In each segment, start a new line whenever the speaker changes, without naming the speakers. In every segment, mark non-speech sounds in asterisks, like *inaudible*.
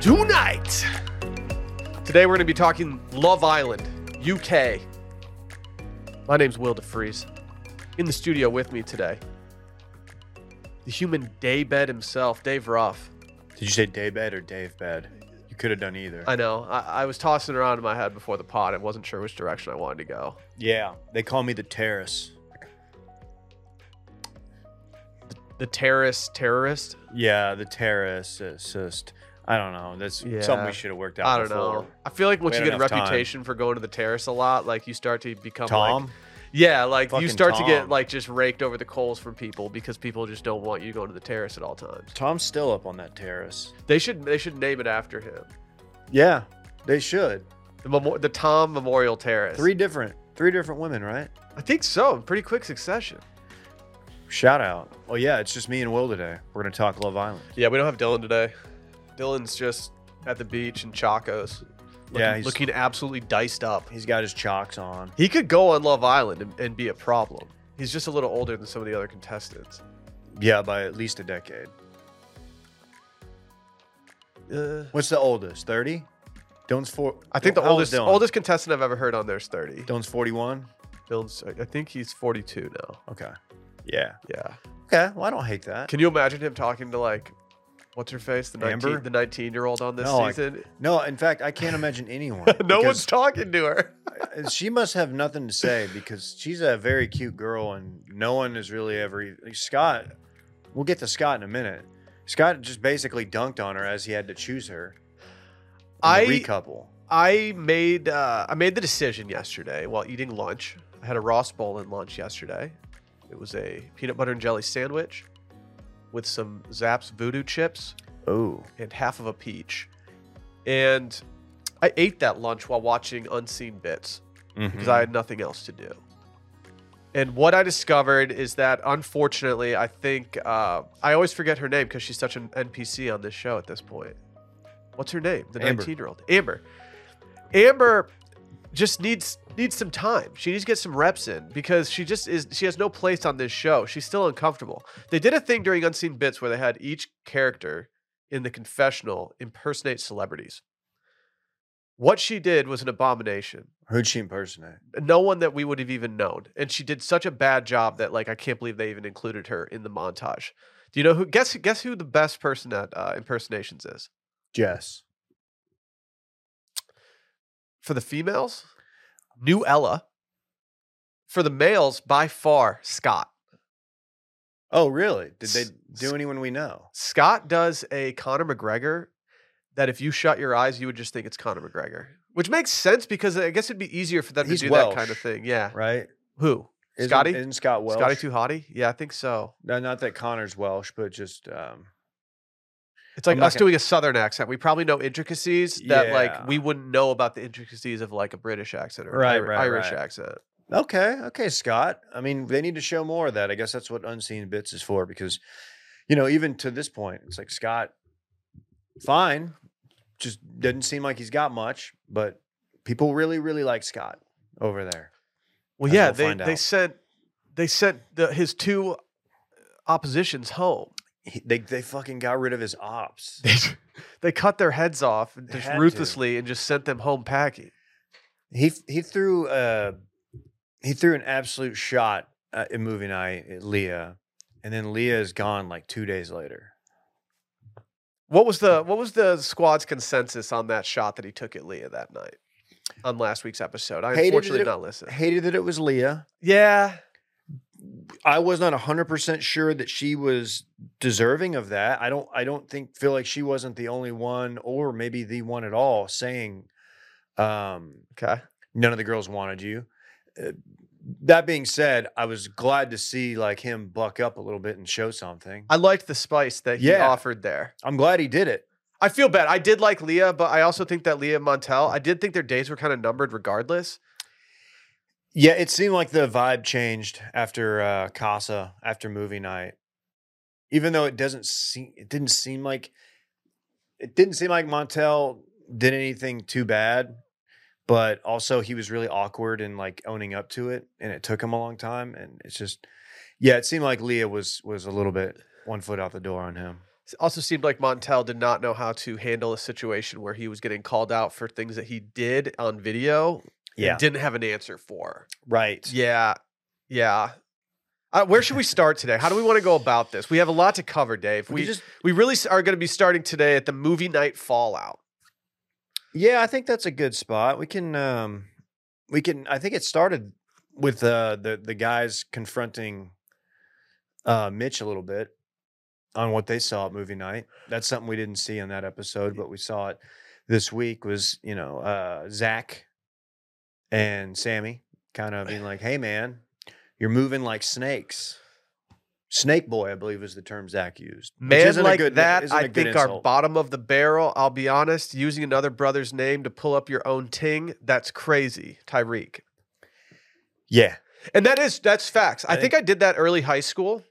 tonight. Today we're going to be talking Love Island, UK. My name's Will DeFries. In the studio with me today, the human daybed himself, Dave Ruff.
Did you say day bed or Dave bed? You could have done either.
I know, I, I was tossing around in my head before the pod. I wasn't sure which direction I wanted to go.
yeah, they call me the terrace.
The terrorist terrorist?
Yeah, the terrace assist. I don't know. That's
Yeah.
something we should have worked out.
I don't
before.
know. I feel like once
We
you
had
get a
enough time.
reputation for going to the terrace a lot, like you start to become like
Tom,
Yeah, like you
Fucking
start to get
Tom.
like just raked over the coals from people because people just don't want you going to the terrace at all times.
Tom's still up on that terrace.
They should they should name it after him.
Yeah, they should.
The, memo- the Tom Memorial Terrace.
Three different, three different women, right?
I think so. in Pretty quick succession.
Shout out. Oh yeah, it's just me and Will today. We're gonna talk Love Island.
Yeah, we don't have Dylan today. Dylan's just at the beach in Chacos. Looking,
Yeah, he's-
looking absolutely diced up.
He's got his chocks on.
He could go on Love Island and, and be a problem. He's just a little older than some of the other contestants.
Yeah, by at least a decade.
Uh,
What's the oldest? Thirty. Dylan's four.
I think the
How old is
oldest
Dylan?
oldest contestant I've ever heard on there is 30.
Dylan's forty-one.
Dylan's, I think he's 42 now.
Okay. Yeah.
Yeah.
Okay. Well, I don't hate that.
Can you imagine him talking to like, what's her face, the
Amber?
nineteen, the nineteen year old on this
No, I- *laughs*
season?
No, in fact, I can't imagine anyone.
*laughs* no one's talking to
*laughs*
her.
one's. she must have nothing to say because she's a very cute girl, and no one is really ever. e, Scott, we'll get to Scott in a minute. Scott just basically dunked on her as he had to choose her.
I-
I recouple.
I made uh, I made the decision yesterday while eating lunch. I had a Ross bowl in lunch yesterday. It was a peanut butter and jelly sandwich with some Zaps Voodoo chips
Oh,
and half of a peach, and I ate that lunch while watching Unseen Bits. because I had nothing else to do. And what I discovered is that, unfortunately, I think uh, I always forget her name because she's such an NPC on this show at this point. What's her name? The
Amber.
nineteen-year-old Amber. Amber just needs needs some time. She needs to get some reps in because she just is. She has no place on this show. She's still uncomfortable. They did a thing during Unseen Bits where they had each character in the confessional impersonate celebrities. What she did was an abomination
who'd she impersonate?
no one that we would have even known. And she did such a bad job that like I can't believe they even included her in the montage. Do you know who? Guess guess who the best person at uh, impersonations is
Jess.
for the females? New Ella. For the males, by far Scott.
Oh, really? Did they
S- s-
do anyone we know?
Scott does a Conor McGregor that if you shut your eyes, you would just think it's Conor McGregor, which makes sense because I guess it'd be easier for them
He's
to do that kind of
Welsh,
thing. Yeah.
Right?
Who?
Isn't-
Scotty?
Isn't Scott Welsh?
Scotty too hottie? Yeah, I think so.
No, not that Connor's Welsh, but just um,
It's like
I'm not
us
gonna-
doing a southern accent. We probably know intricacies that
Yeah.
like we wouldn't know about the intricacies of like a British accent or an
Right,
Ir-
right,
Irish
right.
accent.
Okay, okay, Scott. I mean, they need to show more of that. I guess that's what Unseen Bits is for because, you know, even to this point, it's like Scott, fine, just doesn't seem like he's got much, but people really, really like Scott over there.
Well,
As
yeah,
we'll
they
find
they
out.
sent they sent the, his two uh, oppositions home.
He, they they fucking got rid of his ops.
*laughs* They they cut their heads off and
They
just
had to.
ruthlessly and just sent them home packing.
He he threw uh he threw an absolute shot at in movie night at Leah, and then Leah is gone like two days later.
What was the what was the squad's consensus on that shot that he took at Leah that night on last week's episode? I
Hated that
unfortunately
it-
did not listen.
Hated that it was Leah.
Yeah,
I was not 100% sure that she was deserving of that. I don't I don't think feel like she wasn't the only one or maybe the one at all saying um
okay.
none of the girls wanted you. Uh, that being said, I was glad to see like him buck up a little bit and show something.
I liked the spice that he
Yeah.
offered there.
I'm glad he did it.
I feel bad. I did like Leah, but I also think that Leah Montel, I did think their days were kind of numbered regardless.
Yeah, it seemed like the vibe changed after uh, Casa after movie night. Even though it doesn't seem, it didn't seem like, it didn't seem like Montel did anything too bad, but also he was really awkward and like owning up to it, and it took him a long time. And it's just, yeah, it seemed like Leah was was a little bit one foot out the door on him.
It also seemed like Montel did not know how to handle a situation where he was getting called out for things that he did on video and
Yeah.
didn't have an answer for.
Right.
Yeah, yeah. Uh, where should we start today? How do we want to go about this? We have a lot to cover, Dave.
We
We
could
just
just
we really s- are going to be starting today at the movie night fallout.
Yeah, I think that's a good spot. We can um we can I think it started with uh the the guys confronting uh Mitch a little bit on what they saw at movie night. That's something we didn't see in that episode, but we saw it this week was, you know, uh Zach and Sammy kind of being like, Hey man, you're moving like snakes. Snake boy, I believe is the term Zach used. which
Man
isn't a
like
good-
that,
isn't a
I
good
think are
insult.
bottom of the barrel. I'll be honest, using another brother's name to pull up your own ting, that's crazy, Tyreek.
Yeah.
And that is that's facts. I
I
think I did that early high school.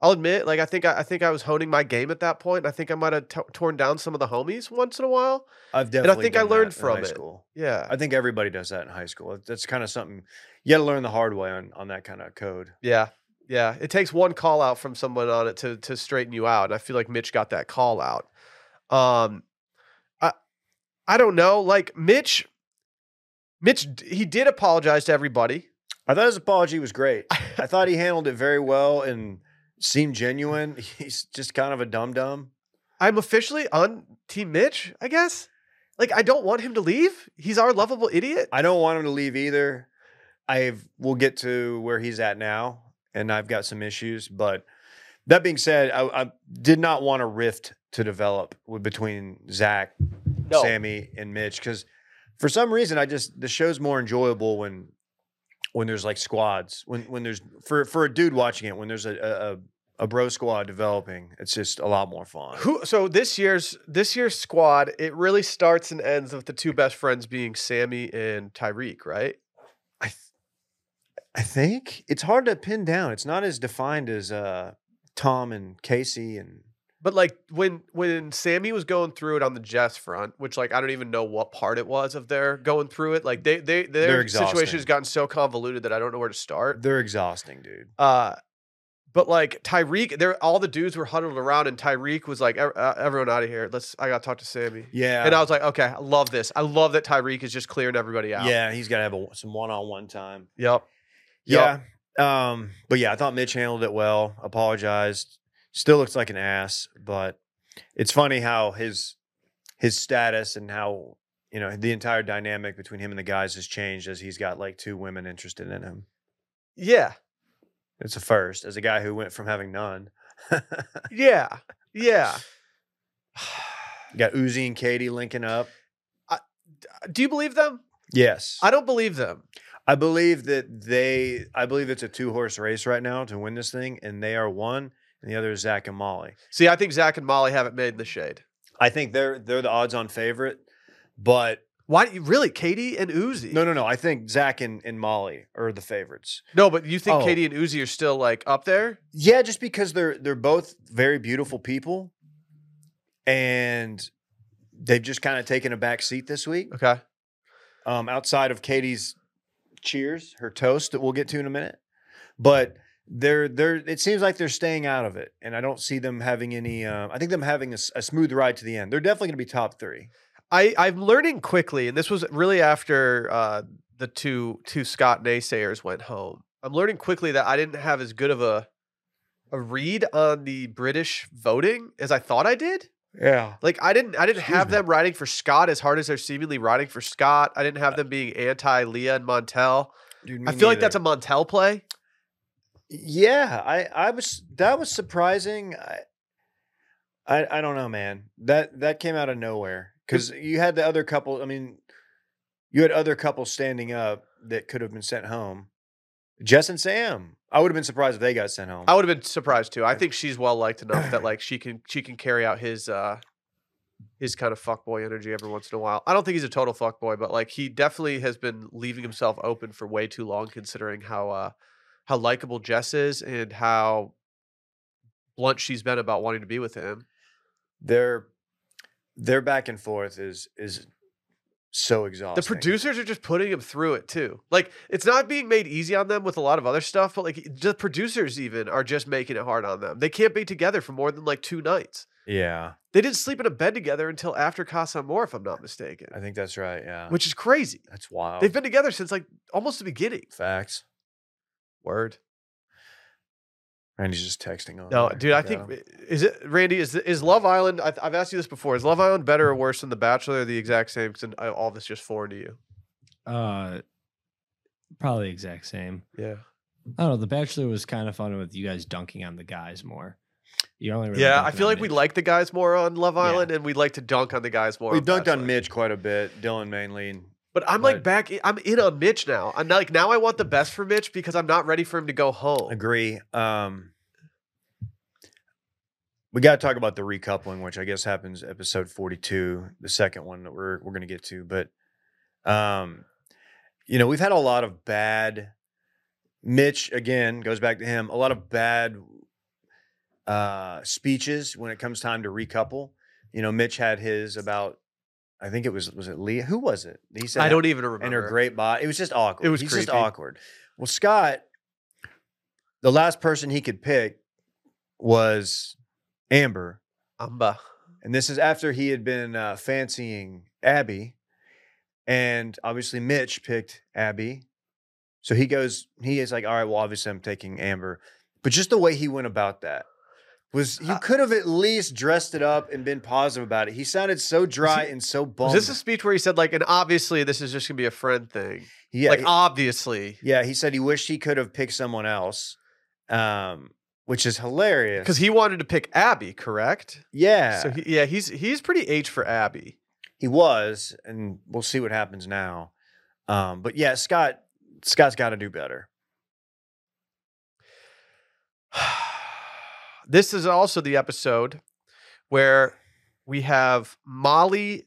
I'll admit, like I think I, I think I was honing my game at that point. I think I might have t- torn down some of the homies once in a while.
I've definitely
think I
done that
learned
in
from
high
it.
School.
Yeah,
I think everybody does that in high school. That's kind of something you got to learn the hard way on, on that kind of code.
Yeah. Yeah. It takes one call out from someone on it to to straighten you out. And I feel like Mitch got that call out. Um I I don't know. Like Mitch Mitch d- he did apologize to everybody.
I thought his apology was great. I thought he handled it very well and seemed genuine. *laughs* He's just kind of a dum dum.
I'm officially on team Mitch, I guess. Like I don't want him to leave. He's our lovable idiot.
I don't want him to leave either. I've we'll get to where he's at now, and I've got some issues. But that being said, I, I did not want a rift to develop with, between Zach Sammy and Mitch because for some reason I just the show's more enjoyable when when there's like squads when when there's for for a dude watching it when there's a a, a, a bro squad developing it's just a lot more fun.
Who so this year's this year's squad, it really starts and ends with the two best friends being Sammy and Tyreek, right?
I th- I think it's hard to pin down. It's not as defined as uh Tom and Casey and
But like when when Sammy was going through it on the Jets front, which like I don't even know what part it was of their going through it. Like they they their
They're
situation has
exhausting.
gotten so convoluted that I don't know where to start.
they're exhausting, dude.
Uh, but like Tyreek, there all the dudes were huddled around, and Tyreek was like, "Ev- uh, "Everyone out of here! Let's I got to talk to Sammy."
Yeah.
And I was like, "Okay, I love this. I love that Tyreek is just clearing everybody out."
yeah, he's got to have a, some one-on-one time.
Yep.
Yeah. Um, but yeah, I thought Mitch handled it well, apologized. Still looks like an ass, but it's funny how his his status and how you know the entire dynamic between him and the guys has changed as he's got like two women interested in him.
Yeah.
It's a first as a guy who went from having none.
Yeah. Yeah.
You got Uzi and Katie linking up.
Do you believe them?
Yes.
I don't believe them.
I believe that they I believe it's a two horse race right now to win this thing, and they are one and the other is Zach and Molly.
See, I think Zach and Molly have it made in the shade.
I think they're they're the odds on favorite, but
Why really Katie and Uzi?
no, no, no. I think Zach and, and Molly are the favorites.
No, but you think
Oh.
Katie and Uzi are still like up there?
Yeah, just because they're they're both very beautiful people, and they've just kind of taken a back seat this week.
Okay.
Um, outside of Katie's cheers, her toast that we'll get to in a minute, but they're they're it seems like they're staying out of it, and I don't see them having any. Uh, I think them having a, s- a smooth ride to the end. They're definitely going to be top three.
I I'm learning quickly, and this was really after uh, the two two Scott naysayers went home. I'm learning quickly that I didn't have as good of a a read on the British voting as I thought I did.
Yeah.
Like I didn't I didn't
Excuse
have
me.
them riding for Scott as hard as they're seemingly riding for Scott. I didn't have them being anti Leah and Montel.
Dude,
I
Uh me
feel like that's
neither.
a Montel play.
Yeah, I I was that was surprising. I I, I don't know, man. That that came out of nowhere because you had the other couple. I mean, you had other couples standing up that could have been sent home. Jess and Sam. I would have been surprised if they got sent home.
I would have been surprised too. I think she's well liked enough that like she can she can carry out his uh his kind of fuckboy energy every once in a while. I don't think he's a total fuckboy, but like he definitely has been leaving himself open for way too long considering how uh how likable Jess is and how blunt she's been about wanting to be with him.
their their back and forth is is so exhausting.
The producers are just putting him through it too. Like it's not being made easy on them with a lot of other stuff, but like the producers even are just making it hard on them. They can't be together for more than like two nights.
Yeah,
They didn't sleep in a bed together until after Casa Amor, if I'm not mistaken,
I Oh. think that's right. Yeah,
which is crazy.
that's wild.
They've been together since like almost the beginning.
facts.
Word.
Randy's just texting on.
No,
there.
dude, I
Got
think
him.
is it Randy is is Love Island. I, I've asked you this before. Is Love Island better or worse than The Bachelor? Or the exact same? Because all this just foreign to you.
Uh, probably exact same.
Yeah.
I don't know. The Bachelor was kind of fun with you guys dunking on the guys more. You only really
Yeah, I
dunking
feel
on
like we
Mitch.
like the guys more on Love
Yeah.
Island, and we like to dunk on the guys more.
we
on
dunked
Bachelor.
on Mitch quite a bit. Dylan mainly. and-
But I'm like
Right.
back. in- I'm in on Mitch now. I'm not, like now I want the best for Mitch because I'm not ready for him to go home.
Agree. Um, we got to talk about the recoupling, which I guess happens episode forty-two, the second one that we're we're going to get to. But, um, you know, we've had a lot of bad. Mitch again goes back to him. A lot of bad uh, speeches when it comes time to recouple. You know, Mitch had his about. I think it was was it Leah? Who was it? He said
I don't even remember.
and her great body. It was just awkward.
It was
He's just
creepy.
awkward. Well, Scott, the last person he could pick was Amber,
Amba.
and this is after he had been uh, fancying Abby, and obviously Mitch picked Abby. So he goes, he is like, all right, well, obviously I'm taking Amber, but just the way he went about that. Was you
Uh,
could have at least dressed it up and been positive about it. He sounded so dry and so
Was
bummed.
this a speech where he said like, and obviously this is just gonna be a friend thing?
yeah,
like
it-
obviously,
Yeah, he said he wished he could have picked someone else, um, which is hilarious.
because he wanted to pick Abby, correct?
yeah,
So
he,
he, yeah, he's he's pretty H for Abby. *sighs*
was, and we'll see what happens now. Um, but yeah, Scott, Scott's got to do better.
this is also the episode where we have Molly.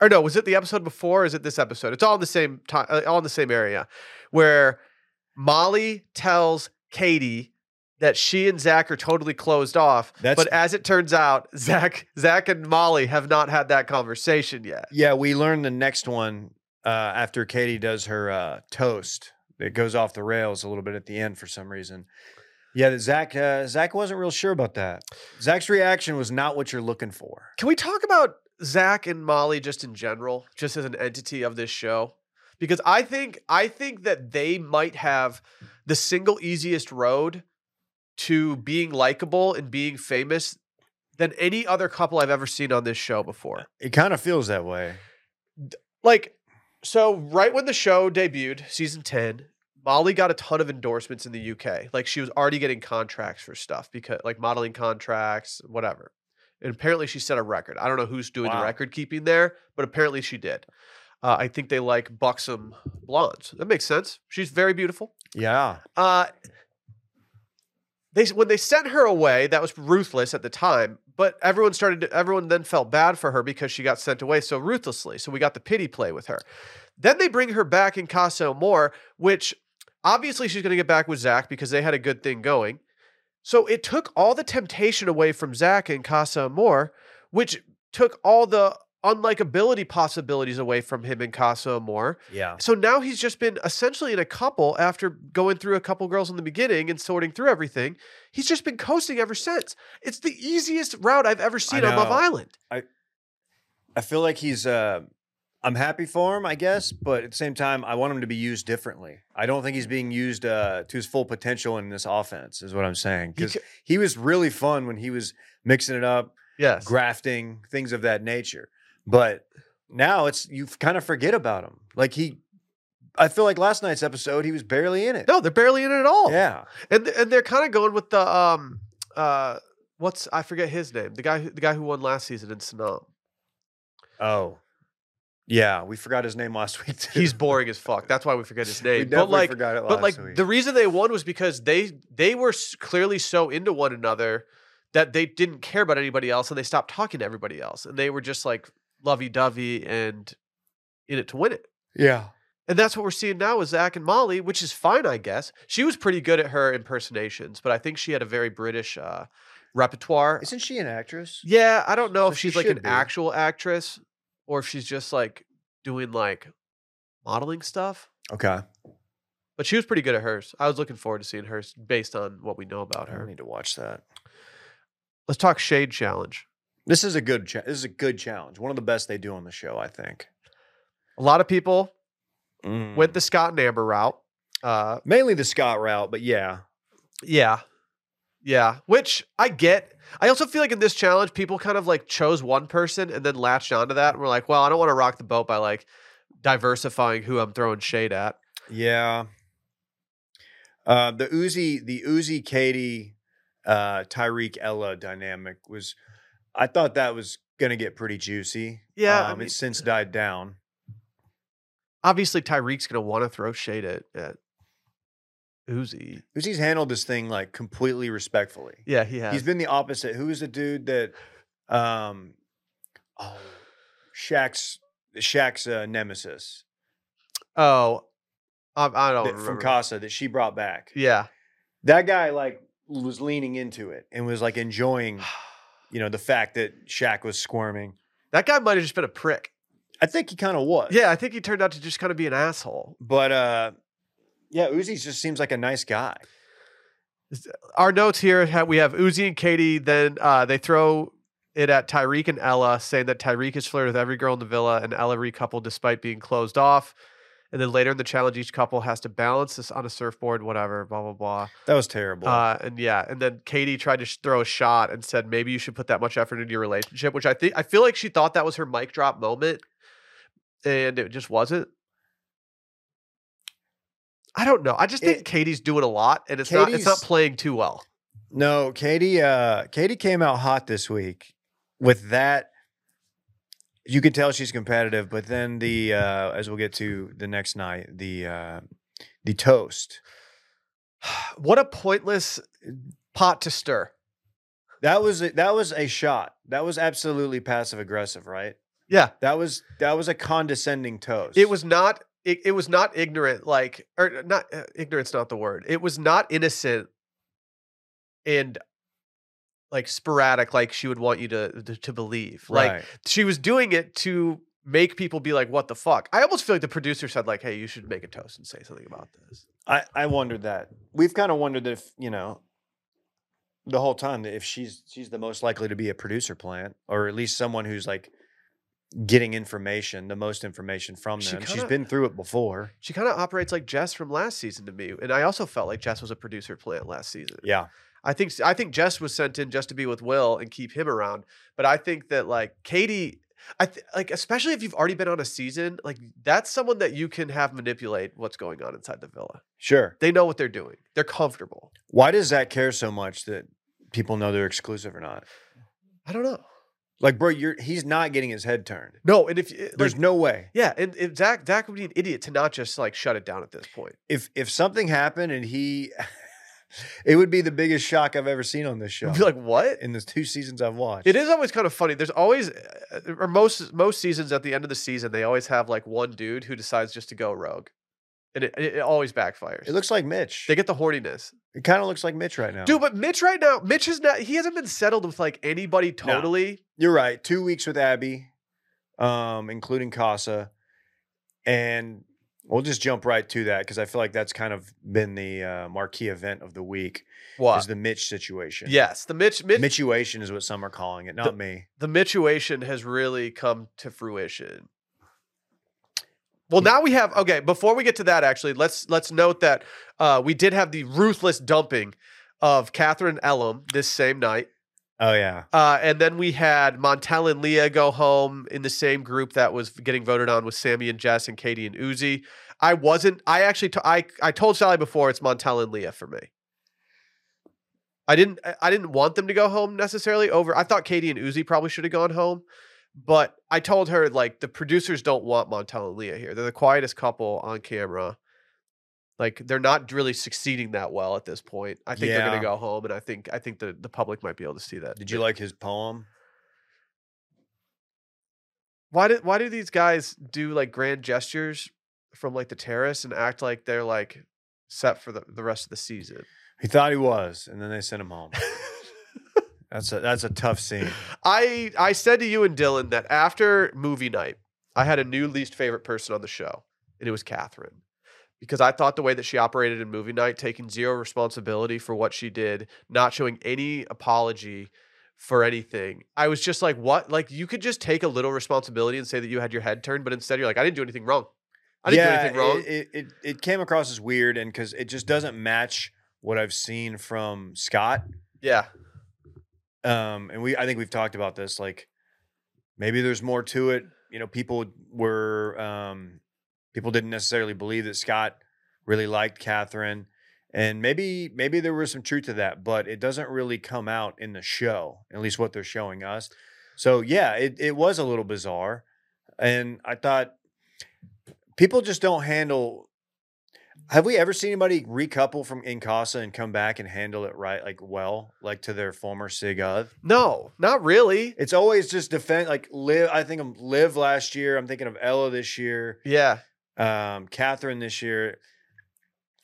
Or no, was it the episode before? Or is it this episode? It's all in the same time, all in the same area, where Molly tells Katie that she and Zach are totally closed off.
That's-
but as it turns out, *laughs* Zach, Zach and Molly have not had that conversation yet.
Yeah, we learned the next one uh, after Katie does her uh, toast. It goes off the rails a little bit at the end for some reason. Yeah, that Zach uh, Zach wasn't real sure about that. Zach's reaction was not what you're looking for.
Can we talk about Zach and Molly just in general, just as an entity of this show? Because I think I think that they might have the single easiest road to being likable and being famous than any other couple I've ever seen on this show before.
It kind of feels that way.
Like so right when the show debuted, season 10, Molly got a ton of endorsements in the UK. Like she was already getting contracts for stuff because like modeling contracts, whatever. And apparently she set a record. I don't know who's doing
Wow.
the record keeping there, but apparently she did. Uh, I think they like buxom blondes. That makes sense. She's very beautiful.
Yeah,
Uh, they when they sent her away, that was ruthless at the time. But everyone started. To, everyone then felt bad for her because she got sent away so ruthlessly. So we got the pity play with her. Then they bring her back in Casa More, which obviously she's going to get back with Zach because they had a good thing going. So it took all the temptation away from Zach and Casa More, which took all the unlikability possibilities away from him and Casa More.
yeah.
So now he's just been essentially in a couple after going through a couple girls in the beginning and sorting through everything. He's just been coasting ever since. It's the easiest route I've ever seen on Love
know.
Island.
I feel like he's uh I'm happy for him, I guess, but at the same time, I want him to be used differently. I don't think he's being used uh, to his full potential in this offense, is what I'm saying.
You
Because he was really fun when he was mixing it up,
Yes.
grafting, things of that nature. But now it's you kind of forget about him. Like he, I feel like last night's episode, he was barely in it.
no, they're barely in it at all.
Yeah,
And and they're kind of going with the um uh what's I forget his name. The guy who, the guy who won last season in Sonam.
Oh, yeah. We forgot his name last *laughs* week. Too.
He's boring as fuck. That's why we forget his
We
name. But
definitely
like
forgot it last
but like
week.
the reason they won was because they they were s- clearly so into one another that they didn't care about anybody else and they stopped talking to everybody else and they were just like lovey-dovey and in it to win it
yeah.
and that's what we're seeing now with zach and molly which is fine i guess she was pretty good at her impersonations but i think she had a very british uh, repertoire
Isn't she an actress?
yeah i don't know
So
if
she
she's like
should
an
be.
actual actress or if she's just like doing like modeling stuff.
Okay.
But she was pretty good at hers. I was looking forward to seeing hers based on what we know about
I
her.
need to watch that.
Let's talk shade challenge.
This is a good. Cha- this is a good challenge. One of the best they do on the show, I think.
A lot of people went
With
the Scott and Amber route. Uh,
mainly the Scott route, but yeah,
yeah, yeah. Which I get. I also feel like in this challenge, people kind of like chose one person and then latched onto that, and were like, "Well, I don't want to rock the boat by like diversifying who I'm throwing shade at."
yeah. Uh, the Uzi, the Uzi, Katie, uh, Tyreek, Ella dynamic was. I thought that was gonna get pretty juicy.
Yeah, I
um,
mean- uh
it's since died down.
Obviously, Tyreek's gonna want to throw shade at, at Uzi.
Uzi's handled this thing like completely respectfully.
Yeah, he has.
He's been the opposite. Who was the dude that um oh Shaq's Shaq's uh, nemesis
oh, I, I don't
that- from
Oh, remember.
Casa that she brought back?
yeah,
That guy like was leaning into it and was like enjoying,
*sighs*
you know, the fact that Shaq was squirming.
that guy might have just been a prick.
I think he kind of was.
Yeah, I think he turned out to just kind of be an asshole.
But uh yeah, Uzi just seems like a nice guy.
our notes here ha- we have Uzi and Katie. Then uh, they throw it at Tyreek and Ella, saying that Tyreek has flirted with every girl in the villa, and Ella recoupled despite being closed off. And then later in the challenge, each couple has to balance this on a surfboard, whatever, blah blah blah.
That was terrible.
Uh, and yeah, and then Katie tried to sh- throw a shot and said maybe you should put that much effort into your relationship, which I think I feel like she thought that was her mic drop moment, and it just wasn't. I don't know. I just think
It-
Katie's doing a lot, and it's not it's not
Katie's-
playing too well.
No, Katie. Uh, Katie came out hot this week with that. You can tell she's competitive, but then the uh, as we'll get to the next night, the uh, the toast
what a pointless pot to stir.
that was a, that was a shot that was absolutely passive aggressive, right?
Yeah,
That was that was a condescending toast.
it was not. It, it was not ignorant, like or not uh, ignorance, not the word. It was not innocent and like sporadic, like she would want you to to, to believe. Like
Right.
she was doing it to make people be like, "What the fuck?" I almost feel like the producer said, "Like, hey, you should make a toast and say something about this."
I I wondered that. We've kind of wondered if you know the whole time that if she's she's the most likely to be a producer plant or at least someone who's like getting information, the most information from
She
them. she's
kinda-
been through it before.
She kind of operates like Jess from last season to me, and I also felt like Jess was a producer plant last season.
Yeah.
I think I think Jess was sent in just to be with Will and keep him around. But I think that like Katie, I th- like especially if you've already been on a season, like that's someone that you can have manipulate what's going on inside the villa.
Sure.
They know what they're doing. They're comfortable.
Why does Zach care so much that people know they're exclusive or not?
I don't know.
Like, bro, you're he's not getting his head turned.
No, and if like,
There's no way.
yeah, and if Zach Zach would be an idiot to not just like shut it down at this point.
If if something happened and he *laughs* it would be the biggest shock I've ever seen on this show.
Be *laughs* like, what?
in the two seasons I've watched.
It is always kind of funny. There's always, uh, or most most seasons at the end of the season, they always have like one dude who decides just to go rogue, and it, it, it always backfires.
It looks like Mitch.
they get the horniness.
It kind of looks like Mitch right now.
Dude, but Mitch right now, Mitch is not he hasn't been settled with like anybody
No.
totally.
You're right. Two weeks with Abby, um, including Casa. And we'll just jump right to that because I feel like that's kind of been the uh, marquee event of the week is the Mitch situation.
Yes, the Mitch, Mitch
Mituation is what some are calling it, not me.
the Mitchuation has really come to fruition. Well, now we have okay, before we get to that actually, let's let's note that uh we did have the ruthless dumping of Catherine Ellum this same night.
Oh yeah.
Uh, and then we had Montel and Leah go home in the same group that was getting voted on with Sammy and Jess and Katie and Uzi. I wasn't. I actually. T- I I told Sally before it's Montel and Leah for me. I didn't. I- I didn't want them to go home necessarily. Over. I thought Katie and Uzi probably should have gone home, but I told her like the producers don't want Montel and Leah here. They're the quietest couple on camera. Like they're not really succeeding that well at this point. I think they're
Yeah.
going to go home, and I think I think the the public might be able to see that.
Did you like his poem?
why do why do these guys do like grand gestures from like the terrace and act like they're like set for the, the rest of the season?
He thought he was, and then they sent him home. that's a that's a tough scene.
I I said to you and Dylan that after movie night, I had a new least favorite person on the show, and it was Catherine. Because I thought the way that she operated in movie night, taking zero responsibility for what she did, not showing any apology for anything, I was just like, what? Like, you could just take a little responsibility and say that you had your head turned, but instead you're like, I didn't do anything wrong. I didn't do anything wrong.
It, it, it, it came across as weird, and because it just doesn't match what I've seen from Scott.
yeah.
Um, and we I think we've talked about this. Like maybe there's more to it. You know, people were um, people didn't necessarily believe that Scott really liked Catherine, and maybe maybe there was some truth to that, but it doesn't really come out in the show. At least what they're showing us. So yeah, it it was a little bizarre, and I thought people just don't handle. Have we ever seen anybody recouple from Incasa and come back and handle it right, like well, like to their former sig of?
No, not really.
It's always just defend like live. I think I'm live last year. I'm thinking of Ella this year,
Yeah.
um, Catherine this year.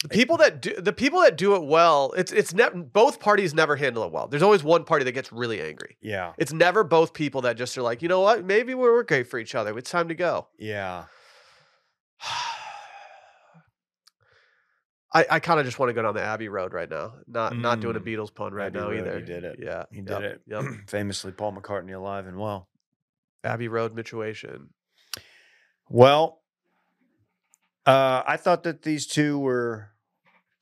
The people that do the people that do it well, it's it's ne- both parties never handle it well. There's always one party that gets really angry.
Yeah,
It's never both people that just are like, you know what? Maybe we're, we're great for each other. It's time to go. *sighs*
yeah.
I, I kind of just want to go down the Abbey Road right now. Not not doing a
Mm.
Beatles pun right
Abbey
now
Road,
either.
you did it.
Yeah,
He
yep,
did it.
Yep.
*clears throat* Famously, Paul McCartney alive and well.
Abbey Road situation.
Well, uh, I thought that these two were,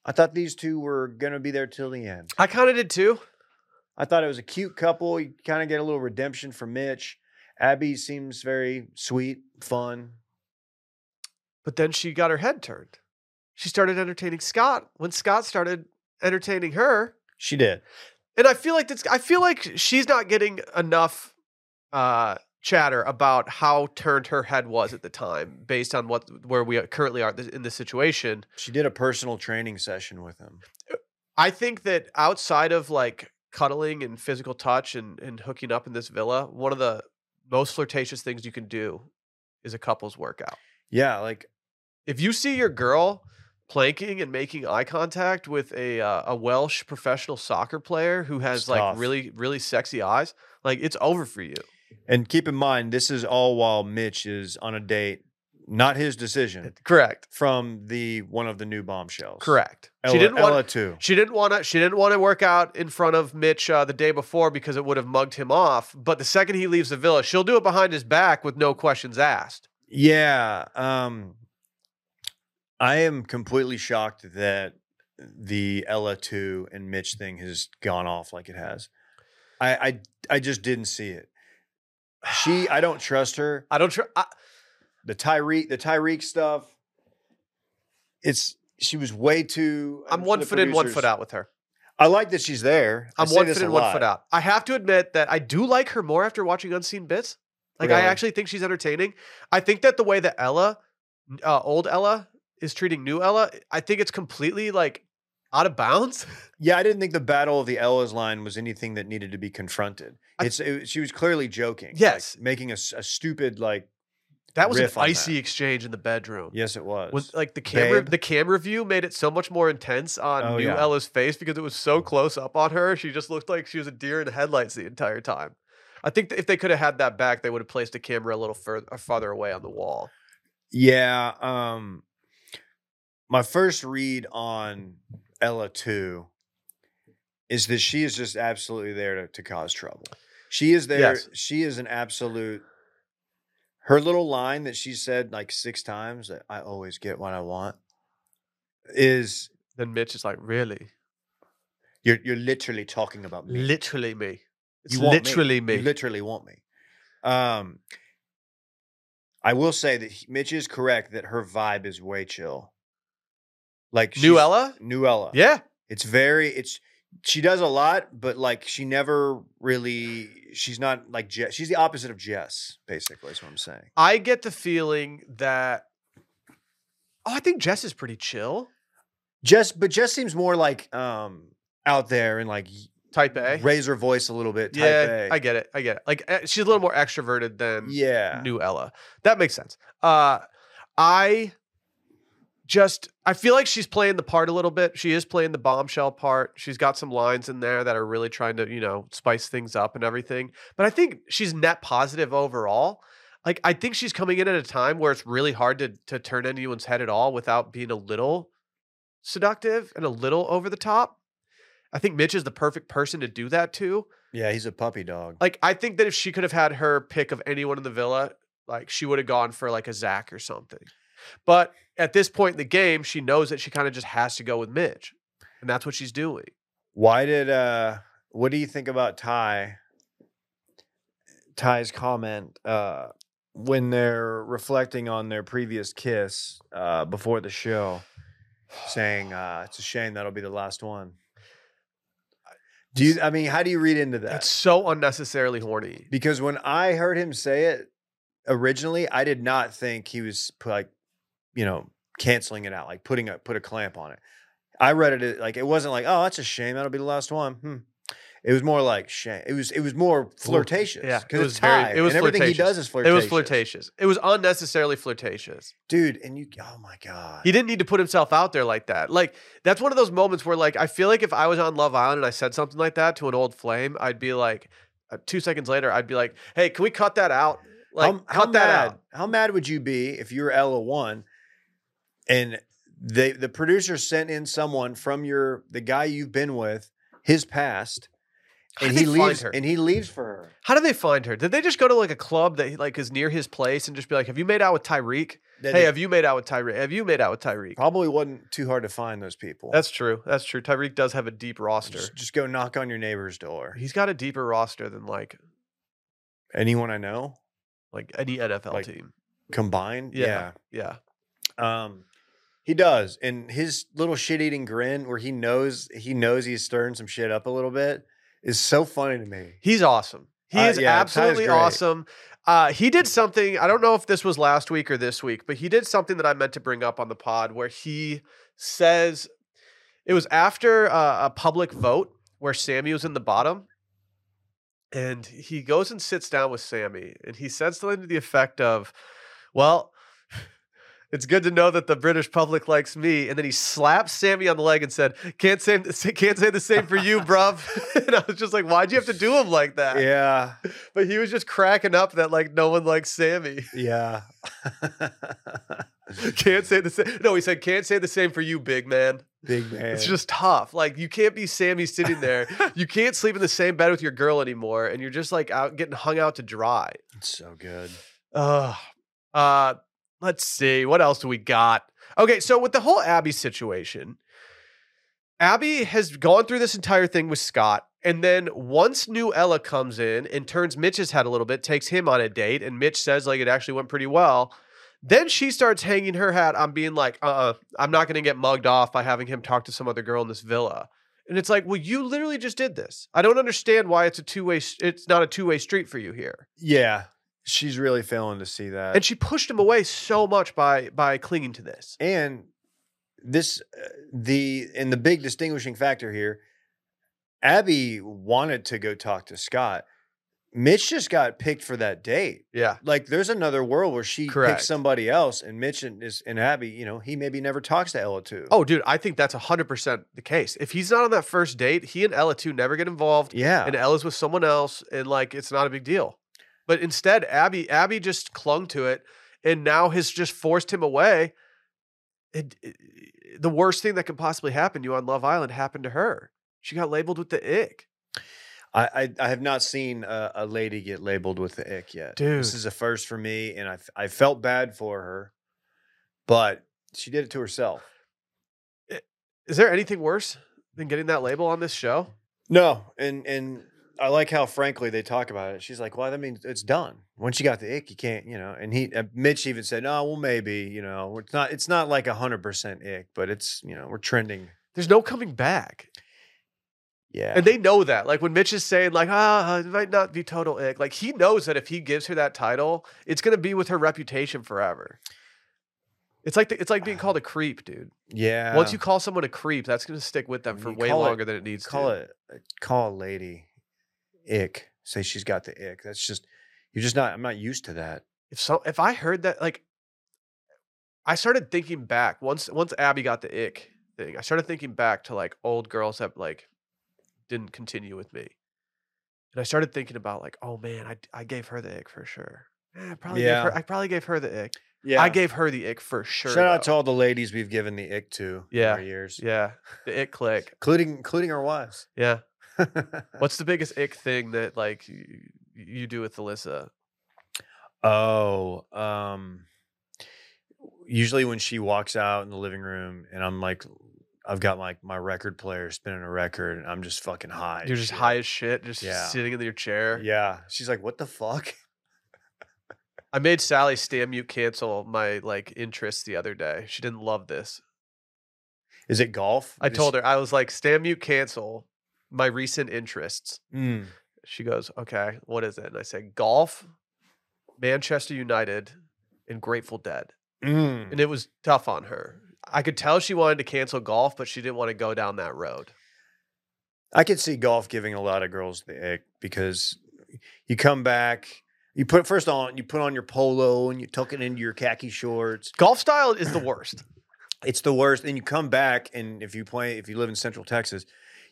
I thought these two were gonna be there till the end.
I kind of did too.
I thought it was a cute couple. You kind of get a little redemption for Mitch. Abby seems very sweet, fun.
But then she got her head turned. She started entertaining Scott when Scott started entertaining her.
She did.
and I feel like that's I feel like she's not getting enough uh chatter about how turned her head was at the time based on what where we are- currently are in this situation.
She did a personal training session with him.
I think that outside of like cuddling and physical touch and and hooking up in this villa, one of the most flirtatious things you can do is a couples workout.
Yeah, like
If you see your girl planking and making eye contact with a uh, a Welsh professional soccer player who has
It's
like
tough.
really really sexy eyes, like it's over for you.
And keep in mind, this is all while Mitch is on a date, not his decision
Correct.
from the one of the new bombshells.
Correct.
Ella,
she didn't
Ella
want.
too.
She didn't want to. She didn't want to work out in front of Mitch uh, the day before because it would have mugged him off. But the second he leaves the villa, she'll do it behind his back with no questions asked.
Yeah. Um, I am completely shocked that the Ella two and Mitch thing has gone off like it has. I I, I just didn't see it. She,
*sighs*
I don't trust her.
I don't. Tr- I,
the Tyreek the Tyreek stuff. It's she was way too. uh,
I'm
for
one
the
foot in, one
producers-
foot out with her.
I like that she's there. I
I'm
say
one
this
foot
a
in, one
lot.
foot out. I have to admit that I do like her more after watching Unseen Bits. Like I
Really?
actually think she's entertaining. I think that the way that Ella, uh, old Ella, is treating new Ella, I think it's completely like out of bounds. *laughs*
Yeah, I didn't think the battle of the Ella's line was anything that needed to be confronted.
I-
It's it, she was clearly joking. like,
Yes.
making a, s- a stupid like.
That was an
Riff on that.
icy exchange in the bedroom.
Yes, it was.
With like the camera,
Babe.
the camera view made it so much more intense on
Oh,
new
yeah. Mm.
Ella's face because it was so close up on her. She just looked like she was a deer in headlights the entire time. I think that if they could have had that back, they would have placed the camera a little further, farther away on the wall.
yeah. Um, my first read on Ella two is that she is just absolutely there to, to cause trouble. She is there.
Yes.
She is an absolute. Her little line that she said like six times that I always get what I want is
Then Mitch is like, "Really,
you're you're literally talking about me.
literally me? It's
You want me.
literally me.
You literally want me. Um, I will say that he- Mitch is correct that her vibe is way chill. Like
new
she's- uh,
Ella?
new Ella.
Yeah,
it's very it's she does a lot, but like she never really she's not like Jess. She's the opposite of Jess, basically. Is what I'm saying.
I get the feeling that. Oh, I think Jess is pretty chill.
Jess, but Jess seems more like um out there and like
Type A.
raise her voice a little bit. Type
yeah,
A.
I get it. I get it. Like eh, she's a little more extroverted than
yeah.
new Ella. That makes sense. Uh, I just I feel like she's playing the part a little bit. She is playing the bombshell part. She's got some lines in there that are really trying to you know spice things up and everything. But I think she's net positive overall. like I think she's coming in at a time where it's really hard to to turn anyone's head at all without being a little seductive and a little over the top. I think Mitch is the perfect person to do that to.
Yeah, he's a puppy dog.
Like I think that if she could have had her pick of anyone in the villa, like she would have gone for like a Zach or something. But at this point in the game, she knows that she kind of just has to go with Mitch. And that's what she's doing.
Why did uh what do you think about Ty? Ty's comment uh when they're reflecting on their previous kiss uh before the show saying uh it's a shame that'll be the last one. Do you I mean, how do you read into that?
It's so unnecessarily horny.
because when I heard him say it originally, I did not think he was p- like, you know, canceling it out, like putting a put a clamp on it. I read it as- like it wasn't like, oh, that's a shame. That'll be the last one. Hmm. It was more like shame. It was it was more flirtatious.
yeah, it
because
was
it's
very-
Ty,
it was
and everything he
flirtatious.
does is
It
flirtatious.
was flirtatious. It was unnecessarily flirtatious.
dude. And you, oh my god,
He didn't need to put himself out there like that. Like that's one of those moments where like I feel like if I was on Love Island and I said something like that to an old flame, I'd be like uh, 2 seconds later I'd be like, "Hey, can we cut that out?" Like
how, how
cut that
mad,
out.
How mad would you be if you were Ella one and they the producer sent in someone from your the guy you've been with, his past,
How
and
did
he
they find
leaves
her?
and he leaves for her.
How did they find her? Did they just go to like a club that like is near his place and just be like, "Have you made out with Tyreek?
That
hey,
it
have you made out with Tyreek? Have you made out with Tyreek?"
probably wasn't too hard to find those people.
That's true. That's true. Tyreek does have a deep roster.
just, just go knock on your neighbor's door.
He's got a deeper roster than like
Anyone I know
like any NFL
Like-
team.
combined,
Yeah. Yeah.
yeah. Um, he does, and his little shit-eating grin, where he knows he knows he's stirring some shit up a little bit, is so funny to me.
He's awesome. He
Uh,
is
yeah, Ty's
absolutely
great.
awesome. Uh, he did something. I don't know if this was last week or this week, but he did something that I meant to bring up on the pod where he says it was after uh, a public vote where Sammy was in the bottom. And he goes and sits down with Sammy and he says something to the effect of, Well, *laughs* it's good to know that the British public likes me. And then he slaps Sammy on the leg and said, Can't say, *laughs* can't say the same for you, bruv. *laughs* and I was just like, Why'd you have to do him like that?
Yeah,
But he was just cracking up that like no one likes Sammy. *laughs*
yeah. *laughs*
can't say the same. No, he said can't say the same for you, big man.
Big man.
It's just tough. Like you can't be Sammy sitting there. you can't sleep in the same bed with your girl anymore, and you're just like out getting hung out to dry.
It's so good.
Ugh. Uh, let's see. What else do we got? Okay, so with the whole Abby situation, Abby has gone through this entire thing with Scott. And then once new Ella comes in and turns Mitch's head a little bit, takes him on a date, and Mitch says, like, it actually went pretty well. Then she starts hanging her hat on being like, uh uh-uh, uh, i am not going to get mugged off by having him talk to some other girl in this villa. And it's like, well, you literally just did this. I don't understand why it's a two way, it's not a two way street for you here
Yeah, she's really failing to see that.
and she pushed him away so much by by clinging to this.
and this uh, the and the big distinguishing factor here abby wanted to go talk to scott mitch just got picked for that date
Yeah,
like there's another world where she
Correct.
picks somebody else and mitch and, is, and abby you know he maybe never talks to ella too
Oh, dude, I think that's 100% the case. If he's not on that first date, he and Ella, too, never get involved.
yeah
And Ella's with someone else, and like it's not a big deal. But instead, Abby, Abby just clung to it and now has just forced him away. And it- the worst thing that can possibly happen to you on Love Island happened to her. She got labeled with the ick.
I, I I have not seen a, a lady get labeled with the ick yet. this
Dude.
is a first for me, and I f- I felt bad for her, but she did it to herself.
Is there anything worse than getting that label on this show?
No, and and I like how frankly they talk about it. She's like, "Well, that means it's done. Once you got the ick, you can't, you know." And he, uh, Mitch, even said, "No, well, maybe, you know, it's not. It's not like a hundred percent ick, but it's, you know, we're trending."
There's no coming back.
Yeah,
And they know that. Like when Mitch is saying, like, ah, it might not be total ick, like he knows that if he gives her that title, it's gonna be with her reputation forever. It's like the, it's like being called a creep, dude.
yeah.
Once you call someone a creep, that's gonna stick with them
When
for
you
way
call it-
longer than it needs
call
to.
it uh, call a lady ick, say she's got the ick. That's just you're just not. I'm not used to that.
If so, if I heard that, like, I started thinking back once once Abby got the ick thing. I started thinking back to like old girls that like didn't continue with me, and I started thinking about like, oh man, I I gave her the ick for sure. Eh, I probably
Yeah.
gave her, I probably gave her the ick.
Yeah.
I gave her the ick for sure.
Shout out to
though.
all the ladies we've given the ick to
Yeah.
in our years,
yeah, the ick
*laughs*
click.
including including our wives. *laughs*
Yeah.
Uh,
What's the biggest ick thing that like you, you do with Alyssa?
Oh, um, usually when she walks out in the living room and I'm like, I've got like my record player spinning a record and I'm just fucking high. as
You're just
shit.
high as shit, just
Yeah.
sitting in your chair.
Yeah. She's like, what the fuck? *laughs*
I made Sally stamp you cancel my like interest the other day. She didn't love this.
Is it golf?
I told her I was like stamp you cancel my recent interests.
Mm.
She goes, "Okay, what is it?" And I said, "Golf, Manchester United, and Grateful Dead."
Mm.
And it was tough on her. I could tell she wanted to cancel golf, but she didn't want to go down that road.
I could see golf giving a lot of girls the ick because you come back, you put first on, you put on your polo and you tuck it into your khaki shorts.
Golf style is the worst.
It's the worst. Then you come back, and if you play, if you live in Central Texas,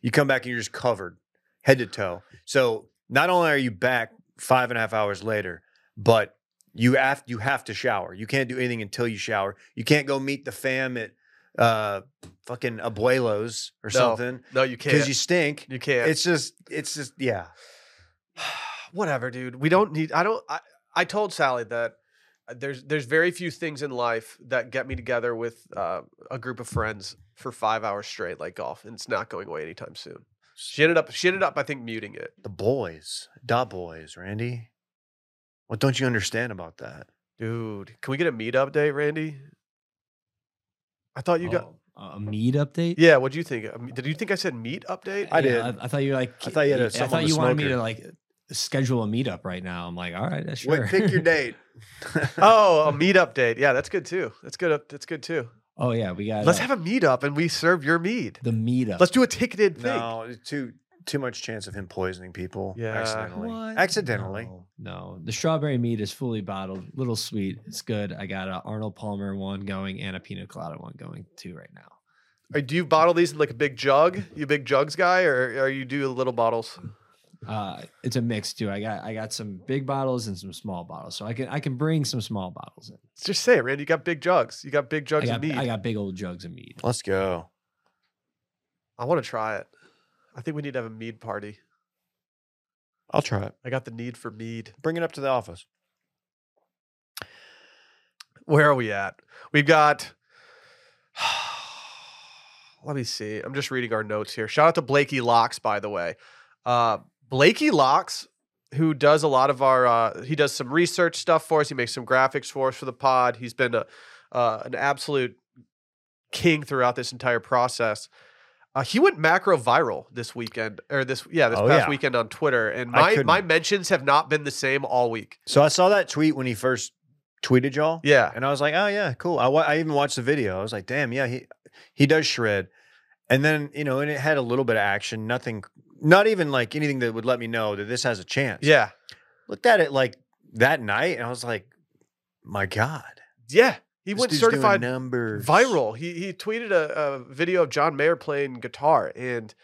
you come back and you're just covered head to toe. So not only are you back five and a half hours later, but you have you have to shower. You can't do anything until you shower. You can't go meet the fam at uh, fucking Abuelos or
No,
something
No, you can't.
because you
You,
stink.
can't.
It's just, it's just, yeah.
*sighs* whatever, dude. We don't need. I don't. I, I told Sally that uh, there's there's very few things in life that get me together with uh, a group of friends for five hours straight, like golf, and it's not going away anytime soon. She ended up. She ended up, I think, muting it,
The boys, da boys, Randy. What don't you understand about that?
dude. Can we get a meet update, Randy? I thought you got.
Oh, a a meat update.
Yeah, what do you think? Um, Did you think I said meet update?
I did.
I, I thought you like.
I thought you had a-
I
someone
thought
to
you wanted me
smoker.
to like schedule a meetup right now. I'm like, all right, yeah, sure.
Wait,
*laughs*
pick
*laughs*
your date.
*laughs*
*laughs*
oh, a meet update. Yeah, that's good too. That's good. up- That's good too.
oh yeah, we got.
Let's
uh,
have a meet up and we serve your mead.
the meetup.
Let's do a ticketed thing.
no, too too much chance of him poisoning people
Yeah.
accidentally.
What?
Accidentally.
No, no, the strawberry meat is fully bottled, little sweet. It's good. I got a Arnold Palmer one going and a pina colada one going too right now.
Are, do you bottle these in like a big jug? You a big jugs guy, or are you do little bottles?
Uh, it's a mix too. I got I got some big bottles and some small bottles, so I can I can bring some small bottles in.
Just say it, Randy. You got big jugs. You got big
I
jugs
got
of mead.
I
I,
got big old jugs of mead.
Let's go.
want to try it. I think we need to have a mead party.
I'll try it.
I got the need for mead.
Bring it up to the office.
Where are we at? We've got. *sighs* Let me see. I'm just reading our notes here. Shout out to Blakey Locks, by the way. Uh, Blakey Locks, who does a lot of our, uh, he does some research stuff for us. He makes some graphics for us for the pod. He's been a, uh, an absolute king throughout this entire process. Uh, he went macro viral this weekend, or this yeah, this
Oh,
past
yeah.
weekend on Twitter, and
I
my
couldn't-
my mentions have not been the same all week.
So I saw that tweet when he first tweeted y'all.
Yeah,
And I was like, oh yeah, cool. I, wa- I even watched the video. I was like, damn, yeah, he he does shred. And then you know, and it had a little bit of action. Nothing, not even like anything that would let me know that this has a chance.
yeah,
Looked at it like that night, and I was like, my god,
yeah. He
this
went
dude's doing
certified
numbers
viral. He he tweeted a, a video of John Mayer playing guitar, and